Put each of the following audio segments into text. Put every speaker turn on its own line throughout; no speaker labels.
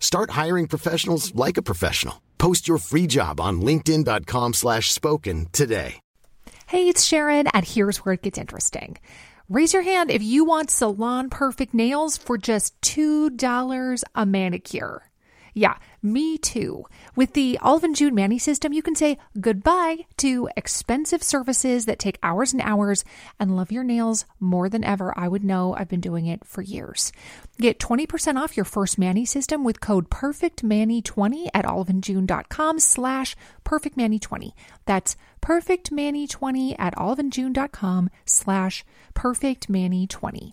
Start hiring professionals like a professional. Post your free job on linkedin.com/spoken slash spoken today.
Hey, it's Sharon, and here's where it gets interesting. Raise your hand if you want salon perfect nails for just $2 a manicure. Yeah, me too. With the Alvin June Manny system, you can say goodbye to expensive services that take hours and hours and love your nails more than ever. I would know I've been doing it for years. Get 20% off your first Manny system with code PERFECTMANNY20 at oliveandjune.com slash PERFECTMANNY20. That's PERFECTMANNY20 at oliveandjune.com slash PERFECTMANNY20.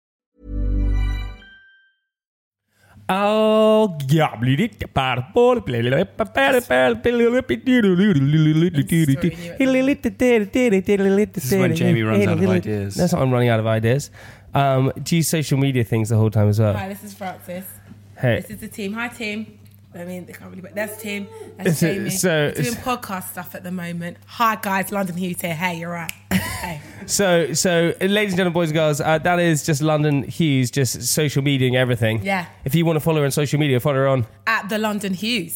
Oh, This
This is when Jamie runs out of ideas.
That's not I'm running out of ideas. Um, do you social media things the whole time as well?
Hi, this is Francis.
Hey,
This is the team. Hi, team. I mean, they can't really, but that's team.
Is
That's
it-
Jamie.
so-
We're doing
is-
podcast stuff at the moment. Hi, guys. London Hughes here. Hey, you're right. Hey.
so so, uh, ladies and gentlemen, boys and girls, uh, that is just London Hughes, just social mediaing everything.
Yeah.
If you want to follow her on social media, follow her on.
At the London Hughes.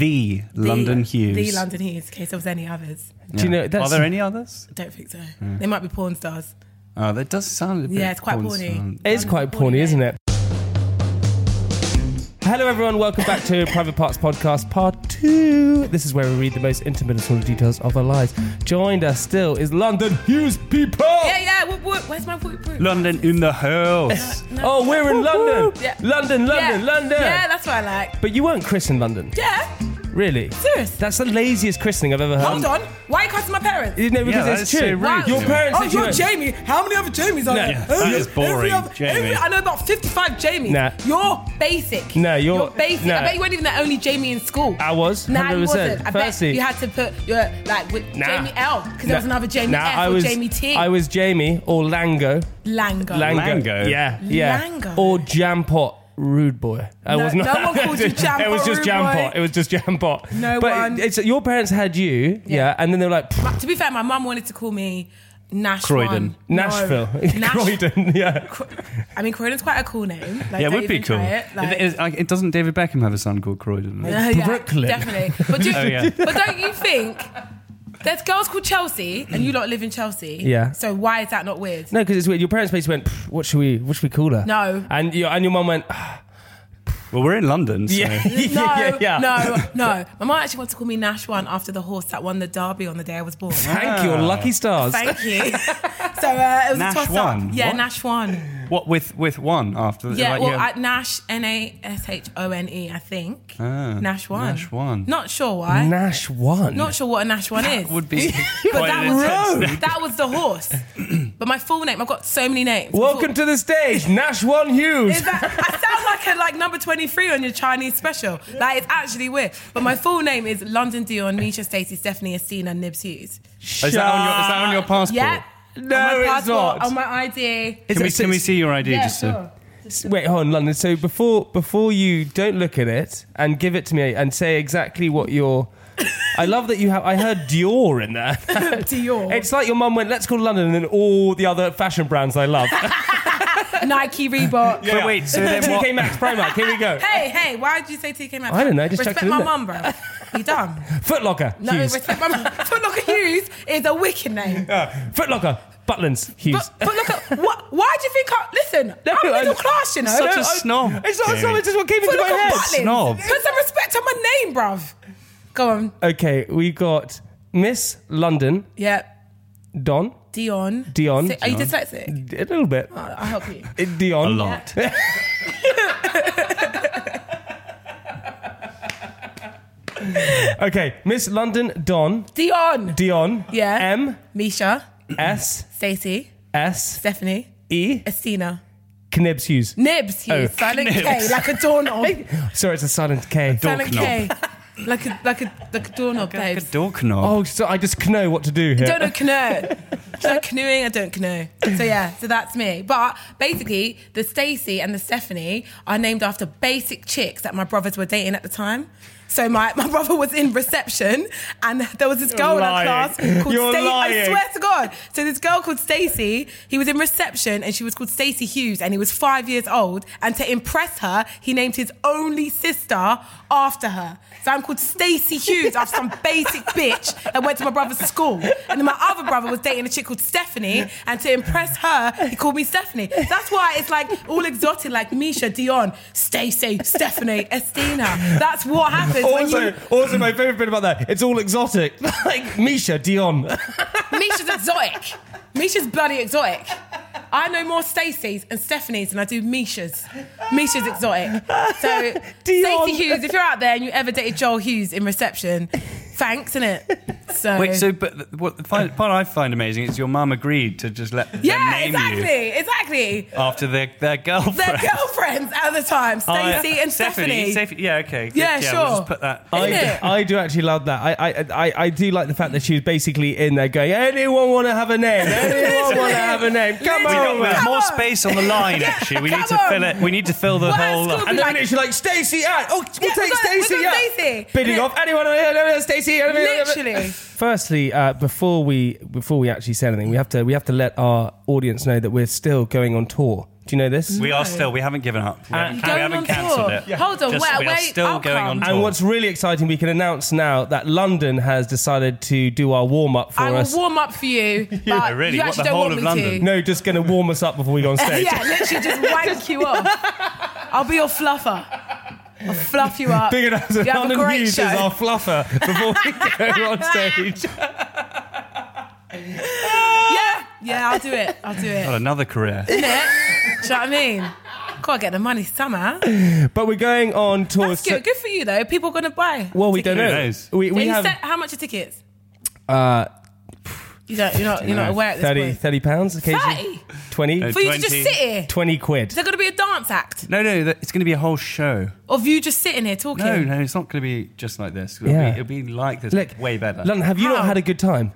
The London Hughes.
The London Hughes, in case there was any others.
Do you know?
Are
that's-
there any others?
I don't think so.
Hmm.
They might be porn stars.
Oh, that does sound a bit.
Yeah, it's quite porny.
sound.
It is quite porny, isn't it? Hello, everyone. Welcome back to Private Parts Podcast Part 2. This is where we read the most intimate and small details of our lives. Joined us still is London Hughes people.
Yeah, yeah. Whoop, whoop. Where's my whoop, whoop?
London in the house.
Oh, we're in London.
Yeah.
London, London,
yeah.
London.
Yeah, that's what I like.
But you weren't christened London.
Yeah.
Really?
Serious.
That's the laziest christening I've ever heard.
Hold on. Why you cussing my parents?
You know, because
that
it's
is so
true.
rude.
Your
Wow.
parents
Oh,
said
you're
went-
Jamie. How many other Jamies are there?
Yeah, that is boring,
other-
Jamie.
every- I know about 55 Jamies.
Nah.
You're basic.
No, you're-
basic.
no.
I bet you weren't even the only Jamie in school.
I was,
Nah, you
100%.
wasn't. I
Firstly-
bet you had to put your, like, with
Nah.
Jamie L, because
Nah.
there was another Jamie
nah,
F
I
or
was,
Jamie T.
I was Jamie or Lango.
Lango.
Lango.
Oh, Lango?
Yeah, yeah.
Lango.
Or Jampot. Rude boy. I
No-
was not.
no one called you Jampot,
It was just
rude boy.
Jampot. It was just Jampot.
No
but
one.
It's, your parents had you, yeah, and then they were like, "Pff,
But to be fair, my mum wanted to call me Nash.
Croydon.
One. No.
Nashville,
Nash-
Croydon, yeah.
Cro- I mean, Croydon's quite a cool name. Like,
yeah, it
don't
would be
even
cool.
try It. Like,
it, is, like, it doesn't David Beckham have a son called Croydon?
Uh, yeah,
Brooklyn.
Definitely. But, do,
Oh, yeah.
but don't you think there's girls called Chelsea and you lot live in Chelsea?
Yeah.
So why is that not weird?
No, because it's weird. Your parents basically went, "Pff, "What should we? What should we call her?"
No.
and your and your mum went, "Ah,
Well, we're in London, so.
"Yeah,
No,
yeah, yeah."
no, no. My mum actually wanted to call me Nash One after the horse that won the derby on the day I was born.
Thank you, lucky stars.
Thank you. So uh, it was
Nash
a toss
One?
up. Yeah,
What?
Nash One.
What with with one after?
Yeah,
like,
well, I- Nash N A S H O N E, I think. Nash One.
Ah, Nash One.
Not sure why.
Nash won.
Not sure what a Nash One is.
would be.
But
quite
that
an
was,
intense
that, was the horse. but my full name, I've got so many names.
Welcome to the stage, Nash One Hughes.
Is that, I sound like a like number 23 on your Chinese special. Like, it's actually weird. But my full name is London Dion, Misha Stacey, Stephanie Estina, Nibs Hughes.
Is that on your is that on your passport?
Yeah.
No,
on my
it's
passport,
not.
On my ID.
Can we, can we see your ID
Yeah,
just so?
sure.
Wait, hold on, London. So before before you don't look at it and give it to me and say exactly what your I love that you have. I heard Dior in there.
Dior.
It's like your mum went, "Let's go to London," and then all the other fashion brands I love.
Nike, Reebok.
But wait, so then what?
TK Maxx, Primark. Here we go.
Hey, hey, why did you say TK Maxx?
I don't know, just chucked
respect
it in
my
there.
mum, bro. You dumb.
Footlocker.
No,
Hughes.
respect my mum. Footlocker Hughes is a wicked name.
Footlocker. Butlins. Hughes.
But, but look, at, what, why do you think I. Listen, I'm middle class, you know.
Such a
I-
snob.
It's not a song.
Jamie.
It's just what came into my
Footlocker
head.
Butlins.
Snob.
Put some respect on my name, bruv. Go on.
Okay, we got Miss London.
Yeah.
Don.
Dion.
Dion.
Are you dyslexic?
A little bit. Uh,
I'll help you.
Dion.
A lot.
Okay, Miss London. Don.
Dion.
Dion.
Yeah.
M.
Misha.
S.
Stacey.
S.
Stephanie.
E.
Estina.
Knibs Hughes.
Nibs. Hughes.
Oh.
silent K. Like a doorknob.
Sorry, it's a silent K.
silent
Doorknob.
K. Like a, like a, like a
Like
doorknob,
a
babes.
door knob.
Oh, so I just know what to do here.
don't know canoe. Do you like canoeing? I don't canoe. So yeah, so that's me. But basically, the Stacy and the Stephanie are named after basic chicks that my brothers were dating at the time. So my, my brother was in reception, and there was this girl in our
lying.
class called
You're
Stacy. I
lying.
swear to God. So this girl called Stacy. He was in reception, and she was called Stacy Hughes, and he was five years old. And to impress her, he named his only sister after her. So I'm called Stacy Hughes after some basic bitch that went to my brother's school. And then my other brother was dating a chick called Stephanie, and to impress her, he called me Stephanie. That's why it's like all exotic, like Misha, Dion, Stacy, Stephanie, Estina. That's what happens when
Also,
you.
also, my favorite bit about that, it's all exotic. like Misha, Dion.
Misha's exotic. Misha's bloody exotic. I know more Stacey's and Stephanie's than I do Misha's. Misha's exotic. So,
Dion.
Stacey Hughes, if you're out there and you ever dated Joel Hughes in reception, thanks, innit? So,
Wait, so but th- what the fi- part I find amazing is your mum agreed to just let them
yeah,
name you Oh,
exactly, exactly.
after their their girlfriend.
They're girlfriends at the time,
I-
Stacey and Stephanie.
Steph- yeah, okay. good,
Yeah,
We'll
sure.
just put that.
Isn't
I,
it?
I do actually love that. I, I, I, I do like the fact that she was basically in there going, anyone want to have a name? Anyone want to have a name? Come
we
on,
got
man.
there's more
on.
space on the line. Actually, we
come
need to fill
on.
it. We need to fill the
What
whole.
else could
And then
Like-
she's like, Stacey out. Oh, we'll
Yeah,
take
we've got- we've
Stacey
got
out.
Stacey.
Bidding
Yeah.
off. Anyone? uh, uh, Stacey. uh, uh, uh,
Literally.
Firstly, uh, before we before we actually say anything, we have to we have to let our audience know that we're still going on tour. Do you know this?
we are still. We haven't given up. We haven't,
Going
we haven't
on
cancelled
tour.
it.
Yeah. Hold on,
Just-
where-
we
where-
are still
I'll
going on
come.
tour.
and what's really exciting, we can announce now that London has decided to do our warm up for
I will
us.
warm up for you, but
Oh, really?
you
What, the
actually don't
whole
want
of
me
London?
to.
no, just going to warm us up before we go on stage.
yeah, literally just wank you off. I'll be your fluffer. I'll fluff you up.
Big enough
you
that
have a
London
great
Hughes
show.
is our fluffer before we go on stage.
yeah, yeah, I'll do it. I'll do it.
Got another career.
Innit? do you know what I mean? Gotta get the money somehow.
But we're going on tour.
That's
so-
good. Good for you though. People gonna buy.
well, we don't
Who
know.
knows?
We, we
you
have
said- how much are tickets?
uh,
You don't. You're not. You're not aware at this
30,
point.
30 Uh, pounds occasionally.
Thirty.
20,
For you to just
20.
sit here.
20 quid.
Is there gonna be a dance act
No, no, that- it's going to be a whole show.
of you just sitting here talking?
No, no, it's not going to be just like this. It'll,
Yeah.
be, it'll be like this,
Look,
way better.
London, have you
How?
not had a good time?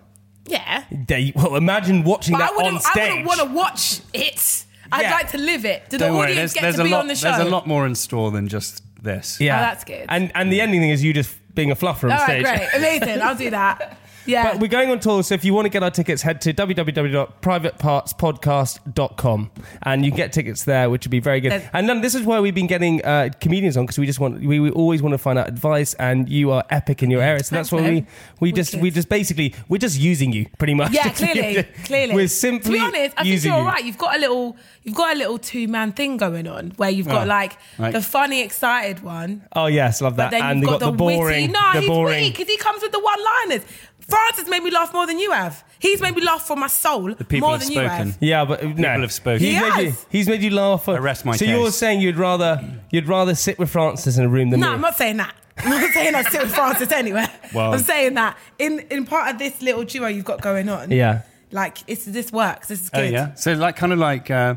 Yeah.
There you- well, imagine watching
But I
that on
wouldn't. I
stage.
wouldn't want to watch it. I'd
Yeah.
like to live it. Do the
Don't worry,
audience
there's,
get
there's
to
a
be
lot.
on the show?
There's a lot more in store than just this.
yeah,
Oh, that's good.
And and the ending thing is you just being a fluffer on
All
stage.
right, great, amazing. I'll do that. Yeah.
But we're going on tour, so if you want to get our tickets, head to www.privatepartspodcast.com and you can get tickets there, which would be very good.
There's-
and then this is why we've been getting uh, comedians on because we just want we, we always want to find out advice, and you are epic in your area, so that's
Thanks,
why
babe.
we we just we
Wicked.
just basically we're just using you pretty much.
yeah, clearly, clearly.
We're simply
to be honest. I think
using
you're all
you.
right. You've got a little, you've got a little two man thing going on where you've got
Oh,
like
right.
the funny, excited one,
Oh yes, love that.
then
and
you've
they
got, the,
boring,
witty. No,
the
he's
boring.
because he comes with the one liners. Francis made me laugh more than you have. He's made me laugh from my soul
people
more
have
than
spoken.
you
Yeah,
have.
but people no.
have spoken.
He's,
He
made you,
has.
he's made you laugh.
I rest my
so you're
case.
saying you'd rather you'd rather sit with Francis in a room than
No,
me?
I'm not saying that. I'm not saying I sit with Francis anywhere.
Well-
I'm saying that in in part of this little duo you've got going on.
Yeah.
Like it's this works. This is
Oh
good.
yeah. So like kind of like uh,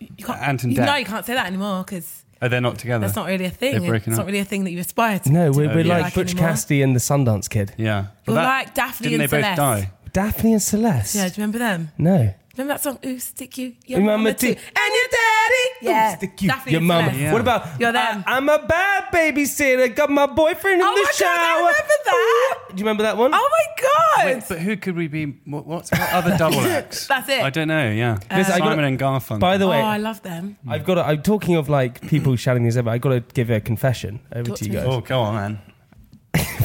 You can't,
Ant and
you, no,
Dec.
you can't say that anymore because
oh, they're not together.
That's not really a thing.
They're breaking
it's
up.
not really a thing that you aspire to.
No,
to
we're,
do.
we're
yeah.
like,
Like
Butch
anymore.
Cassidy and the Sundance Kid.
yeah. Well,
You're
that-
like Daphne
Didn't
and
they both
Celeste.
die?
Daphne and Celeste.
Yeah, do you remember them?
No.
Remember that song? Ooh, stick you, your
Remember
mama, too.
too.
and your daddy. Yeah,
Ooh, stick you,
Daphne
your
and
mama.
Celeste.
Yeah.
What about
You're them.
I, am a bad babysitter. Got my boyfriend in
Oh
the
my God,
shower.
I remember that.
Ooh, Do you remember that one?
Oh my god!
Wait, but who could we be? What, what's what other double acts?
That's it. Uh,
I don't know. Yeah,
Listen, I
Simon
gotta-
and Garfunkel.
By the
oh,
way,
I love them.
I've got. To, I'm talking of like people shouting these over. I've got to give a confession over to you guys.
oh, go on, man.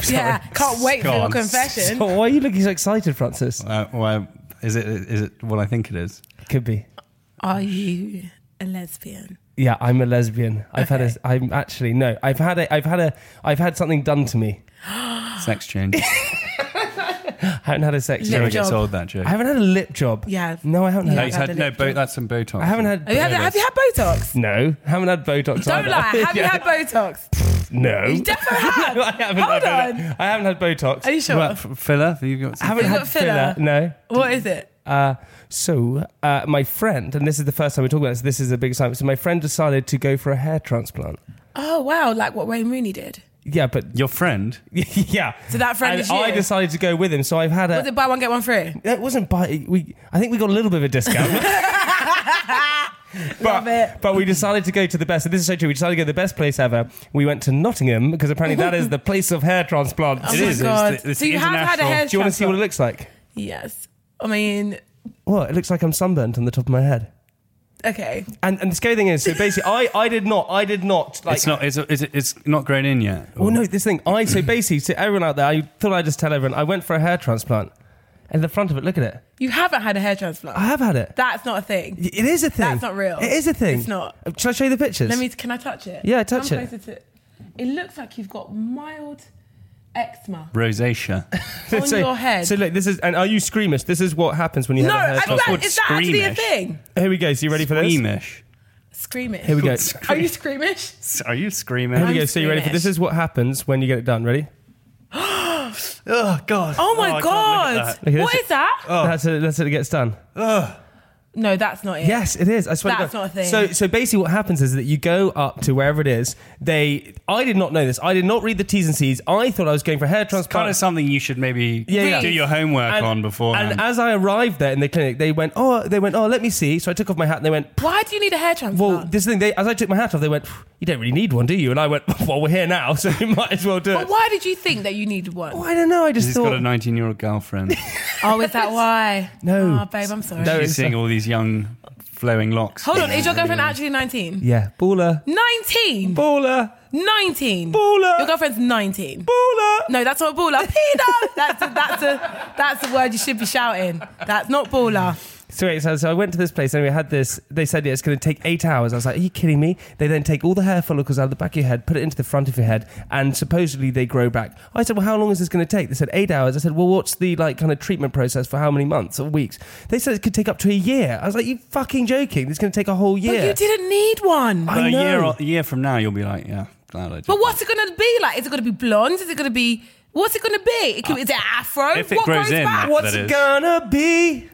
Yeah, can't wait
Go
for your
on.
confession.
So why are you looking so excited, Francis?
Uh, why is it? Is it what I think it is?
Could be.
Are you a lesbian?
Yeah, I'm a lesbian. I've had a. I'm actually no. I've had a. I've had a. I've had something done to me.
Sex change.
I haven't had a sex
Lip
Never
job.
job.
gets old that joke.
I haven't had a lip job.
Yeah.
No, I haven't had.
Yeah.
No,
a
he's
I've
had
had a
no
lip
bo-
job.
That's some Botox.
I haven't had.
Have you had,
no,
have you had Botox?
No, haven't had Botox.
Don't
either.
lie. Have you had Botox?
No.
You definitely have.
No, I haven't
Hold
had
on.
Botox. I haven't had Botox.
Are you sure?
What, f- filler? Have you got
I haven't
You've
had
got
filler.
filler?
No.
what is it?
Uh, so uh, my friend, and this is the first time we're talking about this. This is a big excitement. So my friend decided to go for a hair transplant.
Oh wow, like what Wayne Rooney did.
Yeah, but
your friend?
yeah.
So that friend
And
is you?
I decided to go with him. So I've had a.
Was it buy one get one free?
It wasn't by we. I think we got a little bit of a discount. But,
Love it.
but we decided to go to the best. And this is so true. We decided to go to the best place ever. We went to Nottingham because apparently that is the place of hair transplant.
Oh
It is,
my
it's
god.
the- it's
so you
the
have had a
international-
hair
Do you want to see what it
transplant?
looks like?
Yes. I mean,
Well, it looks like I'm sunburnt on the top of my head.
okay.
And and the scary thing is, so basically, I I did not, I did not like.
it's not. It's, it's it's not grown in yet.
well, no, this thing. I so basically, to everyone out there, I thought I'd just tell everyone. I went for a hair transplant, and the front of it. Look at it.
You haven't had a hair transplant.
I have had it.
That's not a thing.
It is a thing.
That's not real.
It is a thing.
It's not.
Shall I show you the pictures?
Let me. Can I touch it?
Yeah, touch
Come
it.
Closer to, it looks like you've got mild eczema
Rosacea.
on
so,
your head.
So look, this is, and are you screamish? This is what happens when you
no,
have a
I
hair
mean,
transplant.
that,
called
is that actually a
squeamish.
thing?
Here we go. So you ready for this?
Squeamish.
Screamish.
Here we go.
Are you screamish?
Are you
Here we
screaming?
go. So you ready for
Squeamish.
this? Is what happens when you get it done. Ready?
Oh God.
Oh
I
my
can't look
god!
at Oh. that.
Look at
What
this.
is that?
That's it. That's it. It gets done.
No, that's not it.
Yes, it is. I swear.
That's
to God.
not a thing.
So, so basically, what happens is that you go up to wherever it is. They, I did not know this. I did not read the T's and C's. I thought I was going for a hair
It's kind
transplant.
of something you should maybe
Yeah, yeah.
do your homework
And-
on before.
And as I arrived there in the clinic, they went, "Oh, they went, oh, let me see." So I took off my hat and they went,
Why do you need a hair transplant?
"Well, this thing." They, as I took my hat off, they went, "You don't really need one, do you?" And I went, "Well, we're here now, so we might as well do
but
it."
why did you think that you needed one?
Oh, I don't know. I just
He's
thought
got a 19 year old girlfriend.
Oh, is that why?
No.
Oh, babe, I'm sorry.
No,
She's
it's-
seeing all these young flowing locks.
Hold on, is your girlfriend actually 19?
Yeah, baller,
19!
baller,
19!
Baller.
Your girlfriend's 19.
baller.
No, that's not a baller. Pedo! That's a, that's a that's the word you should be shouting. That's not baller.
So, wait, so, so I went to this place and we had this. They said yeah, it's going to take eight hours. I was like, are you kidding me? They then take all the hair follicles out of the back of your head, put it into the front of your head, and supposedly they grow back. I said, well, how long is this going to take? They said eight hours. I said, well, what's the like kind of treatment process for how many months or weeks? They said it could take up to a year. I was like, you fucking joking? It's going to take a whole year.
But you didn't need one.
I
But a
know.
year, o- a year from now, you'll be like, yeah, glad I did.
But what's it gonna be like? Is it gonna be blonde? Is it gonna be what's it gonna be? It could, is it afro?
Uh, If it
what
grows in,
back?
that-
What's it
is.
gonna be?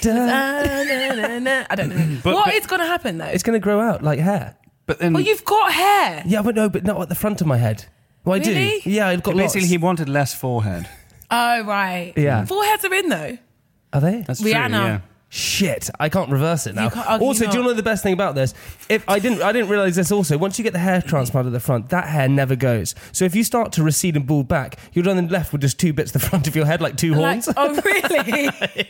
Da-
I don't know. What is
But- but-
gonna happen though?
It's going to grow out like hair.
But then,
Well, you've got hair.
Yeah, but no, but not at the front of my head. Well, I
Really?
do. Yeah, I've got
basically,
lots.
he wanted less forehead.
Oh right.
Yeah.
Foreheads are in though.
Are they?
That's
Rihanna.
true. Yeah.
shit i can't reverse it now
You can't- oh, can you
also do you
not?
know the best thing about this if i didn't i didn't realize this also once you get the hair transplant at the front that hair never goes so if you start to recede and bald back you're then left with just two bits at the front of your head like two
Like,
horns
oh really?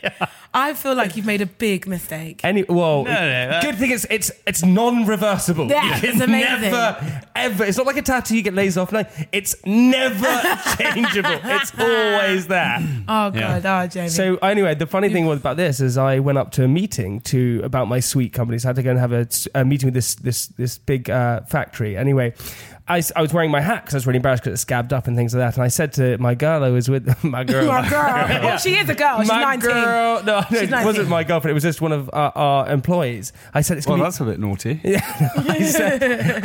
I feel like you've made a big mistake.
any well
no, that-
good thing it's it's it's non-reversible
Yeah,
You
it's
can
amazing.
never ever it's not like a tattoo you get lays off no it's never changeable it's always there
Oh god,
Yeah.
oh Jamie.
So anyway, the funny thing was about this is I went up to a meeting to about my sweet company. So I had to go and have a, a meeting with this this this big uh, factory. Anyway, I, s- I was wearing my hat because I was really embarrassed because it scabbed up and things like that. And I said to my girl I was with my girl.
my girl. Well, she is a girl. She's
My
19.
girl, no, no,
She's
it
19.
wasn't my girlfriend. It was just one of our, our employees. I said it's
Well,
gonna be
that's a bit naughty.
I said,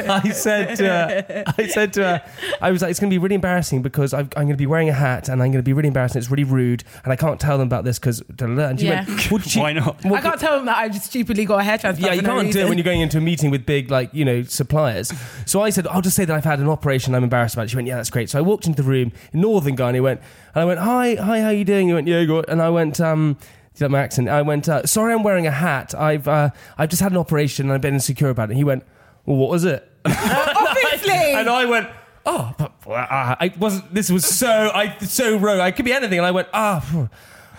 I said to her, I said to her, I was like, it's going to be really embarrassing because I've, I'm going to be wearing a hat and I'm going to be really embarrassed and it's really rude and I can't tell them about this because. And she
Yeah.
went, "Would you-"
Why not?
I can't tell them that I just stupidly got a hair transplant.
Yeah, you
for no
can't do it
reason.
when you're going into a meeting with big, like, you know, suppliers. So I said, I'll just say that I've had an operation. I'm embarrassed about it. She went, yeah, that's great. So I walked into the room, northern guy, and he went, and I went, hi, hi, how you doing? He went, yeah, good. And I went, um, do you like my accent? I went, uh, sorry, I'm wearing a hat. I've, uh, I've just had an operation and I've been insecure about it. He went, well, what was it?
Obviously.
And I went, oh, but, well, ah, I wasn't. This was so I so wrong. I could be anything. And I went, ah, phew,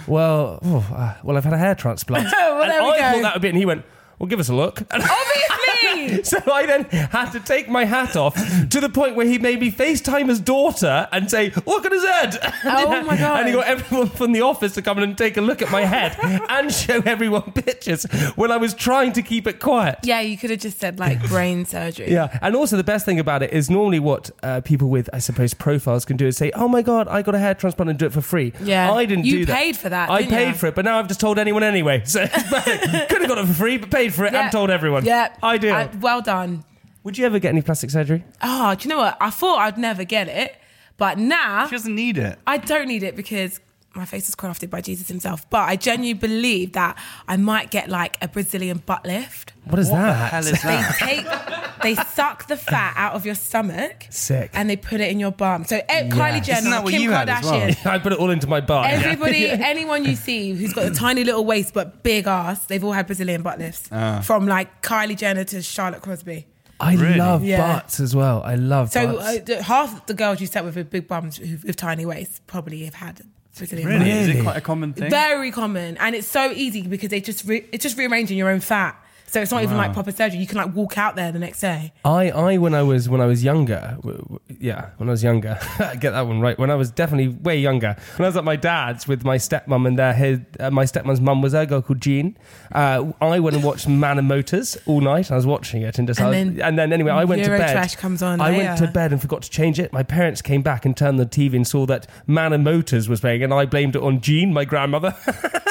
well, phew, ah, well, I've had a hair transplant.
Well,
and
there we
I
go.
thought that would be. And he went, well, give us a look. And
Obviously!
so I then had to take my hat off to the point where he made me FaceTime his daughter and say, look at his head.
Oh, my God.
And he got everyone from the office to come in and take a look at my head and show everyone pictures when I was trying to keep it quiet.
Yeah, you could have just said like brain surgery.
Yeah, and also the best thing about it is normally what uh, people with, I suppose, profiles can do is say, "Oh my god, I got a hair transplant and do it for free."
Yeah.
I didn't
You
do that.
paid for that,
I
didn't
paid
you?
for it, but now I've just told anyone anyway. So could have got it for free, but paid for it
Yeah.
and told everyone.
Yeah.
I do.
Uh, well done.
Would you ever get any plastic surgery?
Oh, do you know what? I thought I'd never get it, but now
She doesn't need it.
I don't need it because my face is crafted by Jesus himself. But I genuinely believe that I might get like a Brazilian butt lift.
What is
What the
that?
hell is
They
that?
take, they suck the fat out of your stomach.
Sick.
And they put it in your bum. So eh, Kylie Jenner,
Isn't that what
Kim
you had as well?
Kardashian,
I put it all into my butt.
Everybody, anyone you see who's got a tiny little waist but big ass, they've all had Brazilian butt lifts. From like Kylie Jenner to Charlotte Crosby.
I
Really?
love
Yeah.
butts as well. I love
So
butts.
uh, the- half the girls you sat with with big bums who, with tiny waists probably have had Brazilian
Really? Is
Really?
it quite a common thing?
butt. Very common, and it's so easy because they just re- it's just rearranging your own fat. So it's not even like proper surgery. You can like walk out there the next day.
I, I when I was when I was younger, w- w- yeah, when I was younger, get that one right. When I was definitely way younger, when I was at my dad's with my stepmom and their her, uh, my stepmom's mum was a girl called Jean. Uh, I went and watched Man and Motors all night. I was watching it and just
And
I was-
then
and then anyway, I went to bed.
Eurotrash comes on
I went
later.
to bed and forgot to change it. My parents came back and turned the TV and saw that Man and Motors was playing, and I blamed it on Jean, my grandmother.
Wait,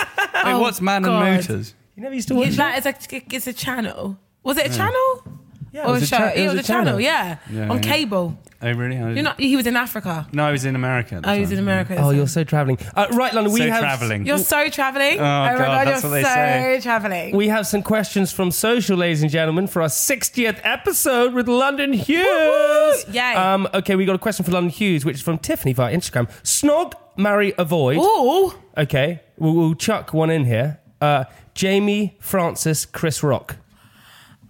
Oh,
what's Man
God.
and Motors?
you never used to watch
It's
that.
like it's a it's a channel. Was it a channel?
Yeah,
or
it was a
show?
cha-
it was a channel. Yeah,
Yeah, yeah.
on cable.
Oh, really? I
You're not. He was in Africa.
No, I was in America. at the
Oh, he was
time.
in America.
Oh, you're so travelling. Uh, right, London.
So
we have
travelling.
You're so traveling.
Oh, God, that's
you're
what they
so
say.
traveling.
We have some questions from social, ladies and gentlemen, for our 60th episode with London Hughes.
Woo-woo! Yay.
Um, okay, we got a question for London Hughes, which is from Tiffany via Instagram. Snog, marry, avoid.
Ooh,
Okay, we'll, we'll chuck one in here. Uh, Jamie, Francis, Chris Rock.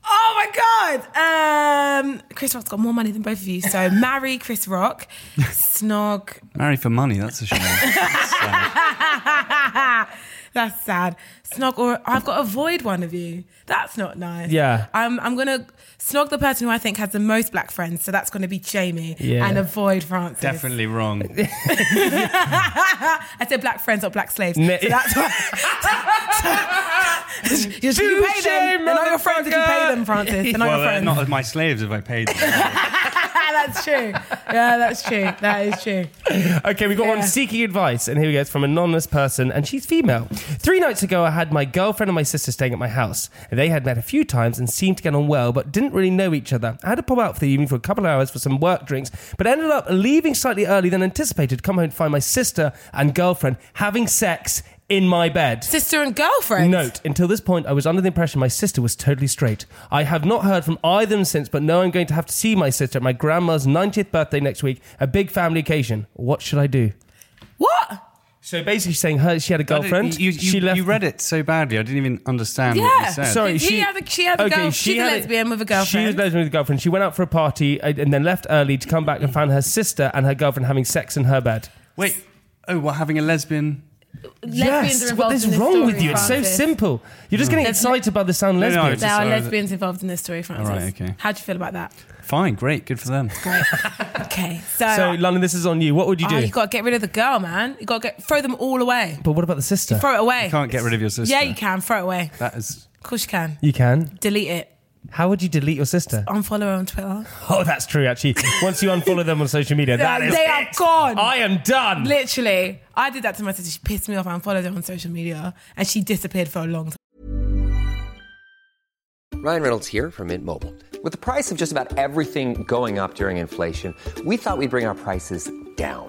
oh my God! Um, Chris Rock's got more money than both of you, so marry Chris Rock. Snog.
Marry for money, that's a shame.
That's sad. Snog or I've got to avoid one of you. That's not nice.
Yeah.
I'm I'm gonna snog the person who I think has the most black friends, so that's gonna be Jamie.
Yeah.
And avoid Francis.
Definitely wrong.
I said black friends, not black slaves.
Ne-
so that's why. you, you pay
Touche,
them. They're not your friends if you pay them, Francis. They're not
well,
your
they're
friends.
not as my slaves if I paid them.
that's true. Yeah, that's true. That is true.
Okay, we got one
Yeah.
seeking advice, and here we go. It's from an anonymous person, and she's female. Three nights ago, I had my girlfriend and my sister staying at my house. They had met a few times and seemed to get on well, but didn't really know each other. I had to pop out for the evening for a couple of hours for some work drinks, but ended up leaving slightly early than anticipated. to Come home to find my sister and girlfriend having sex in my bed.
Sister and girlfriend.
Note, until this point, I was under the impression my sister was totally straight. I have not heard from either of them since, but know I'm going to have to see my sister at my grandma's 90th birthday next week, a big family occasion. What should I do?
What?
So basically, she's saying her she had a girlfriend.
You, you,
she left.
you read it so badly, I didn't even understand what
Yeah.
you said.
So-
Sorry,
He
she
had a- she had a girl- she's a lesbian with a
She was
girlfriend.
lesbian with a girlfriend. She went out for a party uh, and and then left early to come back and found her sister and her girlfriend having sex in her bed.
Wait. Oh, what, having a lesbian?
Lesbians are
yes,
involved
what is
in this
wrong
story,
with you? It's
Francis.
so simple. You're just getting excited by the sound
Hmm. No, no,
lesbian.
it's
There are
Sorry.
lesbians involved in this story, Francis.
All right, okay.
How do you feel about that?
Fine, great, good for them.
Great. okay. So,
so, London, this is on you. What would you do?
oh, you got to get rid of the girl, man. You got to get throw them all away.
but what about the sister?
Throw it away.
You can't get rid of your sister.
Yeah, you can. Throw it away.
That is.
Of course you can.
You can.
Delete it.
How would you delete your sister?
Unfollow her on Twitter.
Oh, that's true. Actually, once you unfollow them on social media, that is
they are
it.
gone.
I am done.
Literally, I did that to my sister. She pissed me off. I unfollowed her on social media, and she disappeared for a long time.
Ryan Reynolds here from Mint Mobile. With the price of just about everything going up during inflation, we thought we'd bring our prices down.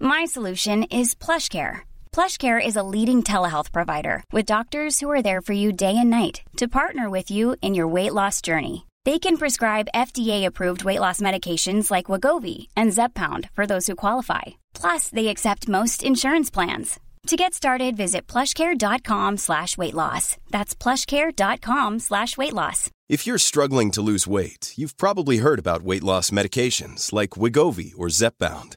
My solution is PlushCare. PlushCare is a leading telehealth provider with doctors who are there for you day and night to partner with you in your weight loss journey. They can prescribe FDA-approved weight loss medications like Wagovi and Zepbound for those who qualify. Plus, they accept most insurance plans. To get started, visit plushcare.com slash weight loss. That's plushcare.com slash weight loss.
If you're struggling to lose weight, you've probably heard about weight loss medications like Wigovi or Zepbound,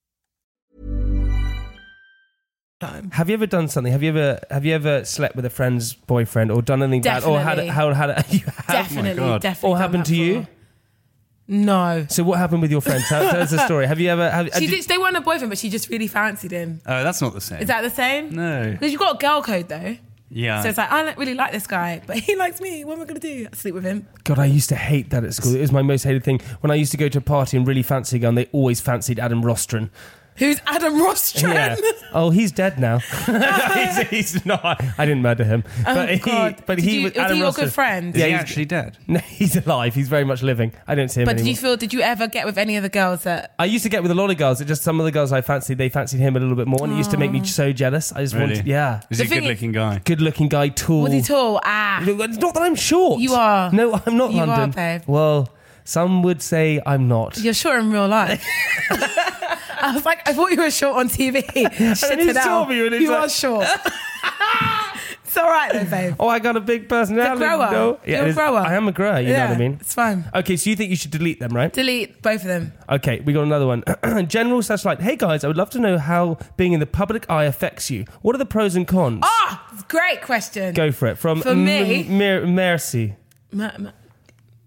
Have you ever done something? Have you ever have you ever slept with a friend's boyfriend or done anything bad or had
Definitely.
a, how had a, you have?
Definitely, Oh my God. definitely
Or
done
happened
that
to you?
No.
So what happened with your friend? Tell, tell us the story. Have you ever? Have,
She
Uh, did-
did, they weren't a boyfriend, but she just really fancied him.
Oh, that's not the same.
Is that the same?
No.
Because you've got a girl code though.
Yeah.
So it's like, I don't really like this guy, but he likes me. What am I going to do? Sleep with him.
God, I used to hate that at school. It was my most hated thing. When I used to go to a party and really fancy a girl, and they always fancied Adam Rostron.
Who's Adam Rostron?
Yeah. Oh, he's dead now. he's, he's not. I didn't murder him.
Oh,
but he,
God.
but
Did
he
you-
was
was
Adam
he your
Rostron.
good friend?
Is he
he's-
actually dead?
No, he's alive. He's very much living. I don't see him
But did
anymore.
you feel, did you ever get with any of the girls that,
I used to get with a lot of girls. It just some of the girls I fancied, they fancied him a little bit more, and it used to make me so jealous. I just
Really?
wanted, yeah,
Is
The
he a
thing-
good-looking guy?
good-looking guy, tall.
was he tall? Ah.
Look, It's not that I'm short.
You are.
No, I'm not.
You are,
London.
babe.
Well, some would say I'm not.
You're short in real life. I was like, I thought you were short on TV. Shit
he
it out.
saw me and he's
you
like-
are short. it's all right though, babe.
Oh, I got a big personality.
It's a grower.
No.
You're
it
a
is-
grower.
I am a grower. You know
yeah,
what I mean.
It's fine.
Okay, so you think you should delete them, right?
Delete both of them.
Okay, we got another one. General slash like, hey guys, I would love to know how being in the public eye affects you. What are the pros and cons?
Ah, great question.
Go for it. From
For me-
M- Mer- Mercy.
Ma- ma-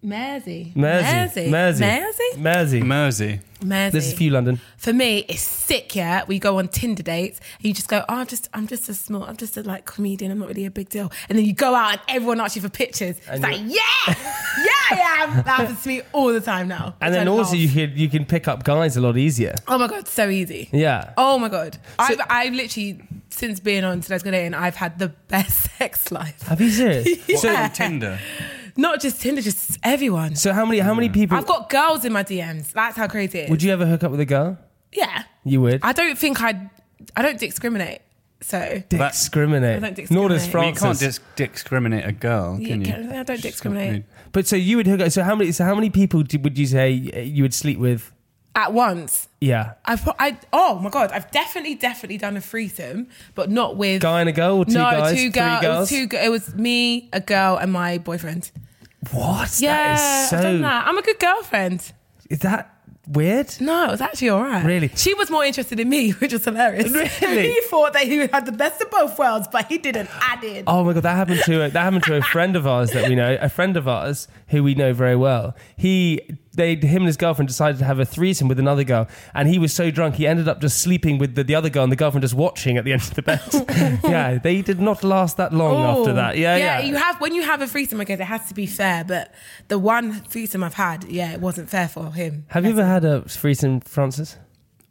Mersey.
Mersey. Mersey.
Mersey. Mersey.
Mersey.
Mersey.
Mersey.
This is for you, London.
For me, it's sick, yeah. We go on Tinder dates and you just go, oh, I'm just, I'm just a small, I'm just a like comedian. I'm not really a big deal. And then you go out and everyone asks you for pictures.
And
it's like, yeah, yeah, yeah. That happens to me all the time now.
And
Which
then
I
also
love.
you can you can pick up guys a lot easier.
oh my god, so easy.
Yeah.
Oh my god, I've, I've literally since being on today's good dating, I've had the best sex life.
Have you serious?
On
Yeah.
Tinder.
Not just Tinder, just everyone.
So how many how many people
I've got girls in my DMs. That's how crazy it is.
would you ever hook up with a girl?
yeah.
You would.
I don't think I'd. I don't discriminate. So
discriminate.
I don't
Nor does
discriminate.
Well, you
Francis.
can't dis- discriminate a girl,
Yeah,
can you?
can- I don't
She's got
discriminate.
food.
but so you would hook up. So how many so how many people do, would you say uh, you would sleep with?
at once,
Yeah.
I've. pro- I oh my god, I've definitely, definitely done a threesome, but not with
Guy and a girl or two
no
guys?
two
three
girls. It
girls?
was two. gi- It was me, a girl, and my boyfriend.
What?
Yeah,
that is so.
I've done that. I'm a good girlfriend.
Is that weird?
No, it was actually all right.
Really?
She was more interested in me, which was hilarious.
Really?
he thought that he had the best of both worlds, but he didn't. I did.
Oh my god, that happened to a, that happened to a friend of ours that we know, a friend of ours who we know very well. He, they, him and his girlfriend decided to have a threesome with another girl, and he was so drunk he ended up just sleeping with the, the other girl, and the girlfriend just watching at the end of the bed. yeah, they did not last that long after
Ooh.
that. Yeah, yeah.
Oh. You have when you have a threesome, I guess it has to be fair. But the one threesome I've had, yeah, it wasn't fair for him.
have you ever had a threesome, Francis?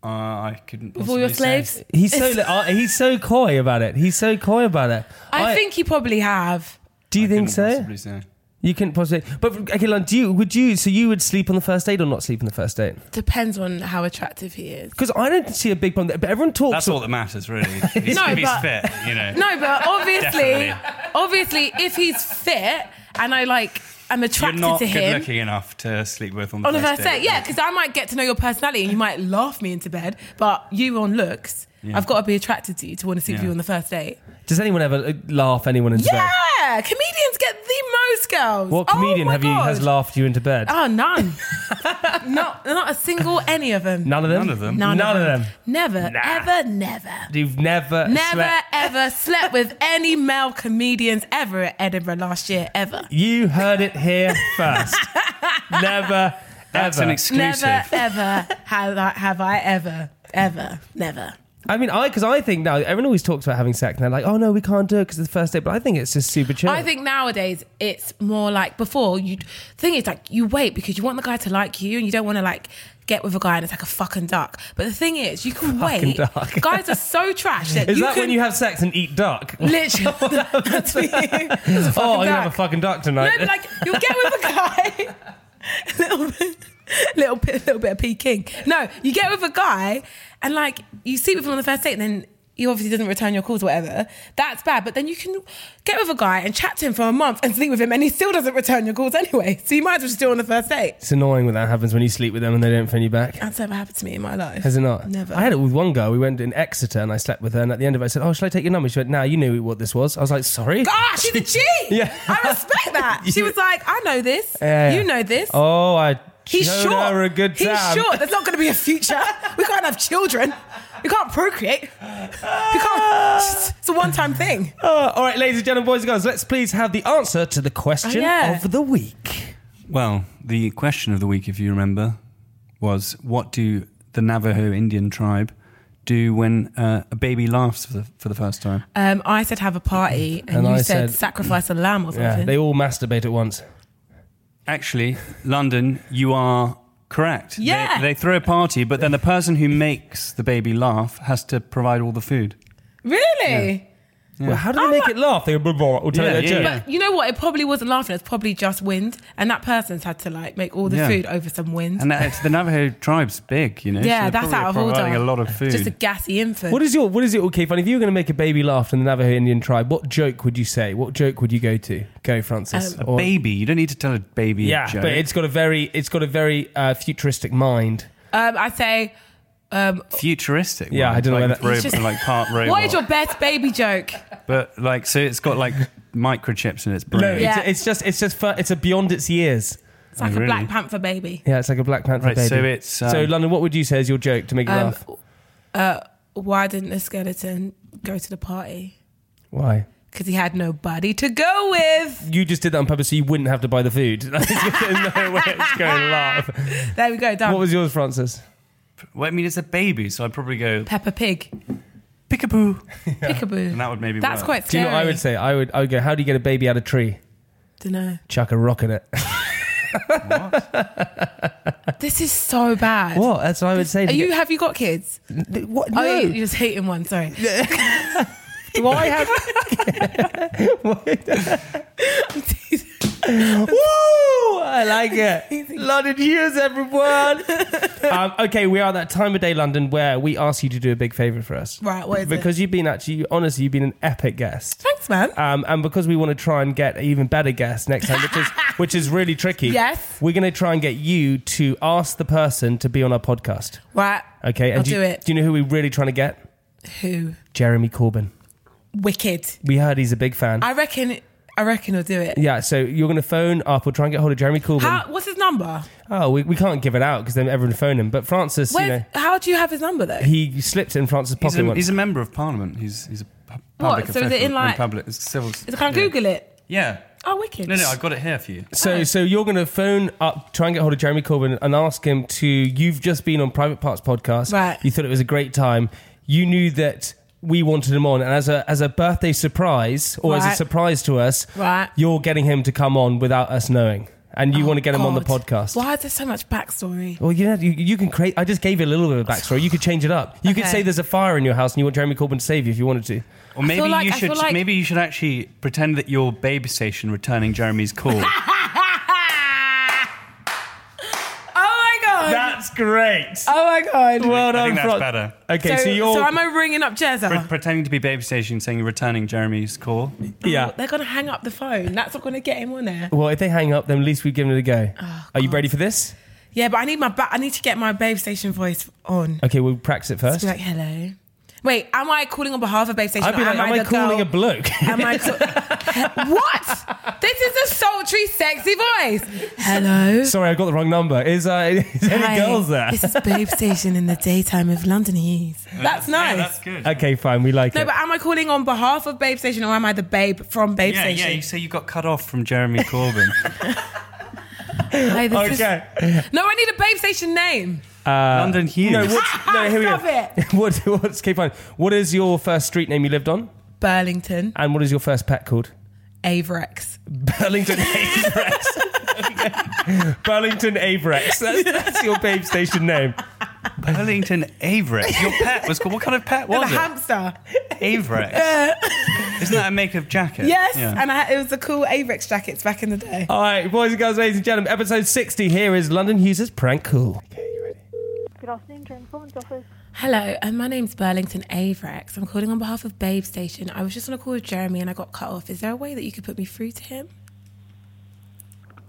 Uh, I couldn't.
With all your
possibly say.
slaves,
He's so li- uh, he's so coy about it. He's so coy about it.
I, think you probably have.
Do you think
Couldn't
so?
possibly say.
You couldn't possibly. But okay, Lon, do you? Would you? So you would sleep on the first date or not sleep on the first date?
Depends on how attractive he is.
Because I don't see a big problem. there, But everyone talks.
That's all that matters, really. If he's,
No,
if he's
but-
fit, you know.
No, but obviously,
Definitely.
obviously, if he's fit and I like, I'm
You're
attracted
not
to
good
him.
looking enough to sleep with on the
On the
first
first
date.
date, yeah, because I might get to know your personality and you might laugh me into bed, but you on looks, I've got to be attracted to you to want to sleep with
Yeah.
you on the first date.
Does anyone ever uh, laugh anyone into bed?
Yeah, comedians get the most girls.
What
Oh
comedian
my
have you has
God.
laughed you into bed?
Oh, none. not not a single any of them.
None of them.
None of them.
None, of them.
Never,
Nah.
ever, never.
You've never.
Never
slept-
ever slept with any male comedians ever at Edinburgh last year, ever.
You heard it here first. never.
That's
ever.
an exclusive.
Never ever have I, have I ever. Ever. Never.
I mean, I because I think now everyone always talks about having sex and they're like, oh no, we can't do it because it's the first date. But I think it's just super chill.
I think nowadays it's more like before you thing is like you wait because you want the guy to like you and you don't want to like get with a guy and it's like a fucking duck. But the thing is you can
Fucking
wait.
duck.
Guys are so trash that
Is
you
that
can
when you have sex and eat duck?
literally that's what you- that's a fucking
oh, I'm gonna
duck.
have a fucking duck tonight.
No, but like you'll get with a guy. little bit, little bit, little bit of peeking. No, you get with a guy, and like you sleep with him on the first date, and then he obviously doesn't return your calls, or whatever. That's bad. But then you can get with a guy and chat to him for a month and sleep with him, and he still doesn't return your calls anyway. So you might as well just do it on the first date.
it's annoying when that happens when you sleep with them and they don't phone you back.
That's never happened to me in my life.
Has it not?
Never.
I had it with one girl. We went in Exeter and I slept with her. And at the end of it, I said, "Oh, shall I take your number?" She went, "Now you knew what this was." I was like, "Sorry."
Ah, she's a G.
Yeah.
I respect that. She was like, I know this.
Yeah.
You know this.
Oh, I.
He's
showed
short.
Her a good
He's
time.
short. There's not going to be a future. We can't have children. We can't procreate. We can't. It's a one-time thing.
Uh, all right, ladies and gentlemen, boys and girls, let's please have the answer to the question
Oh, yeah.
of the week.
Well, the question of the week, if you remember, was what do the Navajo Indian tribe do when uh, a baby laughs for the, for the first time?
Um, I said have a party, and,
And
you
I
said,
said-
sacrifice a lamb or
Yeah,
something.
they all masturbate at once.
Actually, London, you are correct. They-
Yeah.
They, throw a party, but then the person who makes the baby laugh has to provide all the food.
really?
Well, how do they make it laugh? They go, "Blah, blah," or tell
Yeah,
their
yeah,
joke.
yeah.
But you know what? It probably wasn't laughing. It's probably just wind, and that person's had to like make all the
Yeah.
food over some wind.
And that, it's the Navajo tribe's big, you know. so
yeah,
they're
that's
probably
out of order.
Providing a lot of food.
Just a gassy infant.
What is your what is it okay funny? If you were going to make a baby laugh in the Navajo Indian tribe, what joke would you say? What joke would you go to? Go, Francis.
Um, a
Or-
baby. You don't need to tell a baby. a
Yeah,
joke.
but it's got a very it's got a very uh, futuristic mind.
um, I say, um,
futuristic.
Yeah,
one.
I don't
like
know where that-
robot,
It's just-
like part robot.
what is your best baby joke?
But like, so it's got like microchips in its brain.
No, it's,
Yeah.
it's just it's just for, it's a beyond its years.
It's like
Really?
a Black Panther baby.
Yeah, it's like a Black Panther
Right,
baby.
so it's, um,
so London. What would you say is your joke to make you
Um,
laugh?
uh, why didn't the skeleton go to the party?
Why?
Because he had nobody to go with.
You just did that on purpose, so you wouldn't have to buy the food. There's no way it's going to laugh.
There we go, done.
What was yours, Francis?
Well, I mean, it's a baby, so I'd probably go
Peppa Pig?
peekaboo,
Peekaboo.
and that would maybe.
That's
work.
quite
Do you
scary.
know what I would say? I would I would go. How do you get a baby out of tree?
Dunno.
Chuck a rock in it.
This is so bad.
what? That's what I would say.
Are
to
you,
get-
have you got kids?
Th- what?
Oh,
No.
you- you're just hating one, sorry.
Why have? Woo! I like it. London Hughes, everyone. um, okay, we are that time of day, London, where we ask you to do a big favour for us.
Right, what is it?
Because you've been actually, honestly, you've been an epic guest.
Thanks, man.
Um, and because we want to try and get an even better guest next time, which is which is really tricky.
Yes.
we're going to try and get you to ask the person to be on our podcast.
Right.
Okay, and
I'll
do, you-
do it.
Do you know who we're really trying to get?
Who?
Jeremy Corbyn.
Wicked.
We heard he's a big fan.
I reckon, I reckon he'll do it.
yeah, so you're going to phone up. We'll try and get hold of Jeremy Corbyn.
How, what's his number?
Oh, we, we can't give it out because then everyone will phone him. But Francis,
Where's,
you know,
how do you have his number though?
he slipped it in Francis'
He's
pocket
a,
once.
he's a member of parliament. He's he's a pu-
What,
public
so is it
official
in, like-
public? It's civil.
Is- Can I
yeah.
Google it?
Yeah.
Oh, wicked.
No, no, I've got it here for you.
Oh.
so, so you're going to phone up, try and get hold of Jeremy Corbyn, and ask him to. You've just been on Private Parts podcast.
Right.
You thought it was a great time. You knew that we wanted him on, and as a as a birthday surprise or as a
Right.
surprise to us,
Right. Oh,
You're getting him to come on without us knowing, and you want to get him on the
God.
podcast.
Why is there so much backstory?
Well, you know, you, you can create. I just gave you a little bit of backstory. You could change it up. You could
Okay.
say there's a fire in your house, and you want Jeremy Corbyn to save you if you wanted to.
Or maybe
feel like-
you
I
should
feel like-
maybe you should actually pretend that you're baby station returning Jeremy's call.
Oh my god!
That's great.
oh my god!
Well
I
done,
think that's
Fran-
better.
Okay, so,
so,
you're.
so am I ringing up Jezza?
Pre- pretending to be baby station, saying returning Jeremy's call.
yeah.
They're gonna hang up the phone. That's not gonna get him on there.
Well, if they hang up, then at least we've given it a go.
Oh,
Are you ready for this?
Yeah, but I need my ba- I need to get my Babe Station voice on.
Okay, we'll practice it first.
Be like, hello. Wait, am I calling on behalf of Babe Station?
I'd be
or
like, am I
the
calling
girl-
a bloke?
Am I ca- what? This is a sultry, sexy voice. Hello.
Sorry, I got the wrong number. Is, uh, is any
Hi,
girls there?
This is Babe Station in the daytime of London Heath. That's nice.
that's good.
okay, fine, we like
No,
it.
but am I calling on behalf of Babe Station or am I the babe from Babe
Yeah, yeah.
Station?
You say you got cut off from Jeremy Corbyn.
Hi, this is-
okay.
No, I need a Babe Station name.
London Hughes. Uh, No, what's, no here we go.
Stop it.
What, what's keep on? What is your first street name you lived on,
Burlington,
and what is your first pet called?
Averex.
Burlington Averex. Okay. Burlington Averex. That's, that's your babe station name.
Burlington Averick. Your pet was called. What kind of pet
And a
was it?
hamster.
Averick. Isn't that a make of jacket?
Yes,
Yeah.
and I, it was the cool Averex jackets back in the day.
All right, boys and girls, ladies and gentlemen, episode 60. Here is London Hughes' prank call.
Good afternoon, Transformance Office.
Hello, and my name's Burlington Averex. I'm calling on behalf of Babe Station. I was just on a call with Jeremy and I got cut off. Is there a way that you could put me through to him?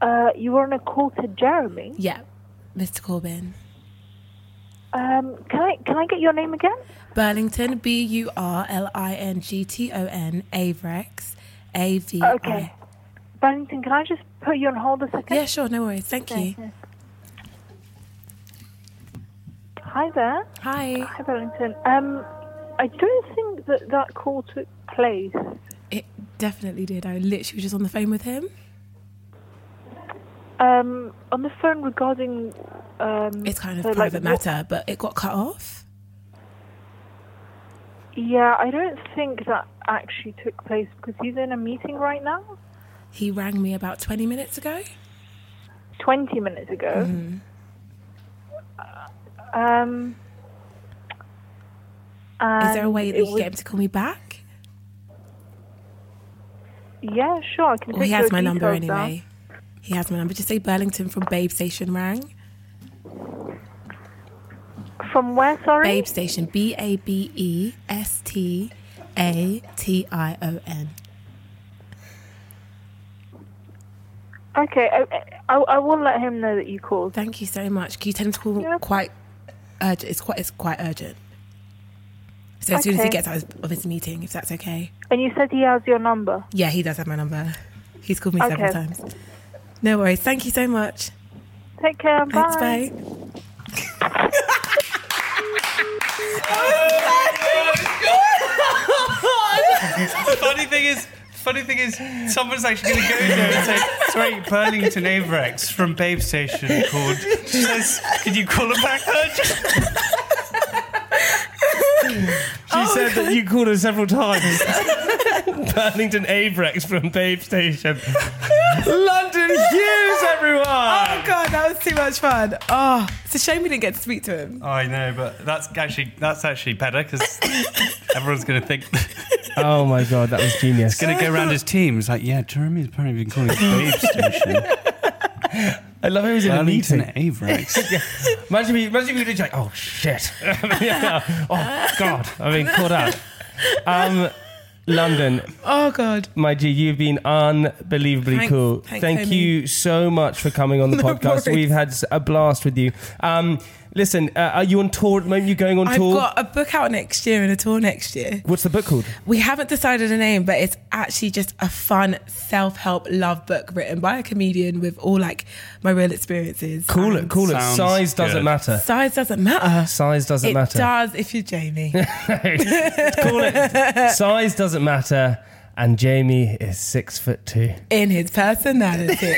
Uh, you were on a call to Jeremy.
Yeah, Mr. Corbin.
Um, can I can I get your name again?
Burlington, B U R L I N G T O N, Averex, A V I.
Okay. Burlington, can I just put you on hold a second?
Yeah, sure, no worries. Thank you.
Hi there.
Hi.
Hi, Burlington. Um, I don't think that that call took place.
It definitely did. I literally was just on the phone with him.
Um, on the phone regarding. Um,
It's kind of
so, like,
private
what-
matter, but it got cut off.
Yeah, I don't think that actually took place because he's in a meeting right now.
He rang me about 20 minutes ago. Mm-hmm.
20 minutes ago. Um,
Is there a
and
way that
it
you could
was-
get him to call me back?
Yeah, sure. I can
Well, he
take
has
your
my number
details down.
anyway. He has my number. Just say Burlington from Babe Station rang.
From where, sorry?
Babe Station, B A B E S T A T I O N.
Okay, I, I, I will let him know that you called.
Thank you so much. Can you tell him to call
Yeah.
quite urgent? It's quite it's quite urgent. So as soon as he
Okay.
gets out of his meeting, if that's okay.
And you said he has your number.
Yeah, he does have my number. He's called me several
Okay.
times. No worries. Thank you so much.
Take care. Bye.
Thanks. Bye.
funny thing is, funny thing is, someone's actually going to go in there and say, "Sorry, Burlington Averex from Babe Station called. She says, could you call her back urgent?"
She
Oh,
said that you called her several times. Burlington Avrex from Babe Station. London Hughes, everyone!
Oh god, that was too much fun. Oh, it's a shame we didn't get to speak to him.
Oh.
I know, but that's actually that's actually better because everyone's going to think
Oh my god, that was genius.
going to go around his team. It's like, yeah, Jeremy's apparently been calling Babe Station
I love it was in a
Burlington
meeting.
Averex.
Imagine if imagine if you did like, oh shit. Yeah. Oh god, I mean, caught out. Um, London,
Oh god.
my G, you've been unbelievably
Thanks-
cool.
thanks,
Thank
Tony.
you so much for coming on the
No
podcast.
worries.
We've had a blast with you. Um, listen, uh, are you on tour at the moment? You going on
I've
tour?
got a book out next year and a tour next year.
What's the book called?
We haven't decided a name, but it's actually just a fun self-help love book written by a comedian with all like my real experiences.
Cool it,
And
cool it.
Sounds
Size doesn't
good.
matter.
Size doesn't matter.
Size doesn't
it
matter.
does if you're Jamie.
cool it. Size doesn't matter. And Jamie is six foot two.
in his personality.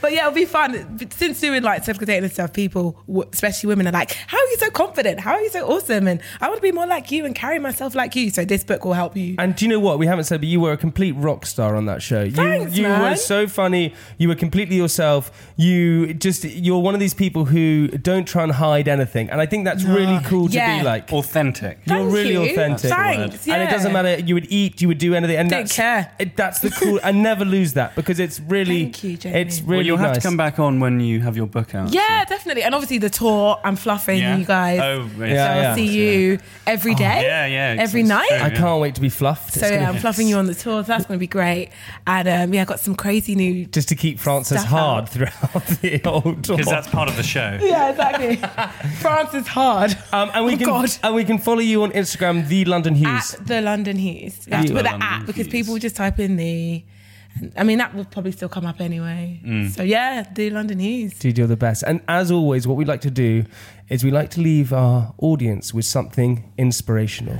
but yeah, it'll be fun. Since doing like self dating and stuff, people, w- especially women, are like, "How are you so confident? How are you so awesome?" And I want to be more like you and carry myself like you. So this book will help you.
And do you know what? We haven't said, but you were a complete rock star on that show.
Thanks,
you you were
man.
so funny. You were completely yourself. You just you're one of these people who don't try and hide anything. And I think that's really cool to
Yeah.
be like.
Authentic.
You're
Thank
really
you.
authentic. And
Thanks,
it
yeah.
doesn't matter. You would eat. You would do anything. And
Don't
that's,
care.
It, that's the cool. and never lose that because it's really.
Thank you, Jamie.
It's really
Well, you'll have to
nice.
come back on when you have your book out.
Oh, yeah, definitely. And obviously the tour. I'm fluffing
Yeah.
you guys.
Oh, yeah,
so
Oh,
I'll
yeah.
see you every day.
yeah, yeah, it's-
Every
it's
night.
true.
I can't wait to be fluffed.
So
It's gonna
yeah, I'm
be-
fluffing you on the tour. So that's going to be great. And um, yeah, I got some crazy new.
just to keep Francis
Stuff
hard
out.
throughout the old tour.
Because that's part of the show.
Yeah, exactly. France is hard.
Um, and we
Oh,
can
God.
and we can follow you on Instagram, the London Hughes.
At the London Hughes. You have to
The
put the
London
at because
Hughes.
people just type in the. I mean, that will probably still come up anyway. So yeah, the London Hughes.
Dude, you're the best. And as always, what we like to do is we like to leave our audience with something inspirational.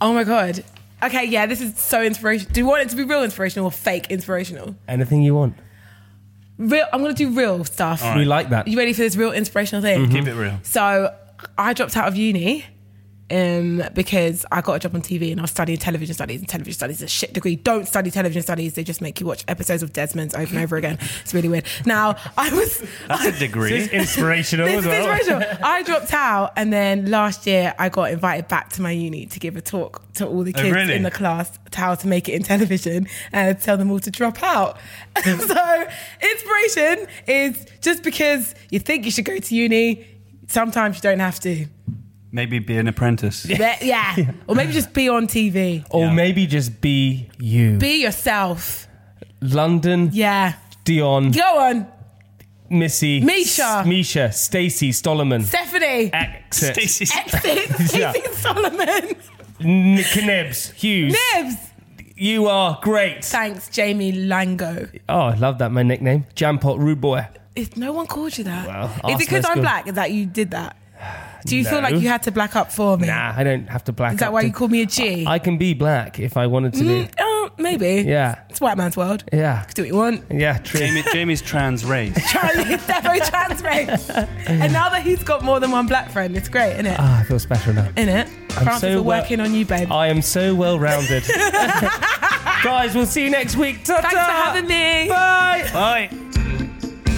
Oh my god. Okay, yeah, this is so inspirational. Do you want it to be real inspirational or fake inspirational?
Anything you want.
Real. I'm gonna do real stuff.
All right. We like that.
You ready for this real inspirational thing?
Mhm. Keep it real.
So I dropped out of uni. Um, because I got a job on TV and I was studying television studies, and television studies is a shit degree. Don't study television studies; they just make you watch episodes of Desmond's over and over again. It's really weird. Now I was
That's a degree.
This is inspirational
This
as
is
well.
inspirational. I dropped out, and then last year I got invited back to my uni to give a talk to all the
Oh,
kids
really?
in the class to how to make it in television and tell them all to drop out. so, inspiration is just because you think you should go to uni, sometimes you don't have to.
Maybe be an apprentice.
That- Yeah. Or maybe just be on TV.
Or maybe just be you.
Be yourself.
London.
Yeah.
Dion.
Go on.
Missy.
Misha.
S- Misha. Stacey. Stollerman.
Stephanie.
Exit.
Stacey. Stacey Solomon.
N- Knibbs. Hughes.
Nibs.
You are great.
Thanks, Jamie Lango.
Oh, I love that, my nickname. Jampot Rude Boy.
If no one called you that.
Well,
Is it
Arsenal's
because I'm
good.
black that you did that? Do you feel
No.
like you had to black up for me?
Nah, I don't have to black
Is that
up
why
to-
you call me a G?
I can be black if I wanted to be.
Oh, maybe.
Yeah.
It's white man's world.
Yeah.
Do what you want.
Yeah, true.
Jamie, Jamie's trans race.
Charlie is definitely trans race. and now that he's got more than one black friend, it's great, isn't it?
Ah, I feel special now.
In it,
I'm
Francis,
so
we're
well-
working on you, babe.
I am so well rounded. Guys, we'll see you next week. Ta-ta!
Thanks for having me.
Bye.
Bye.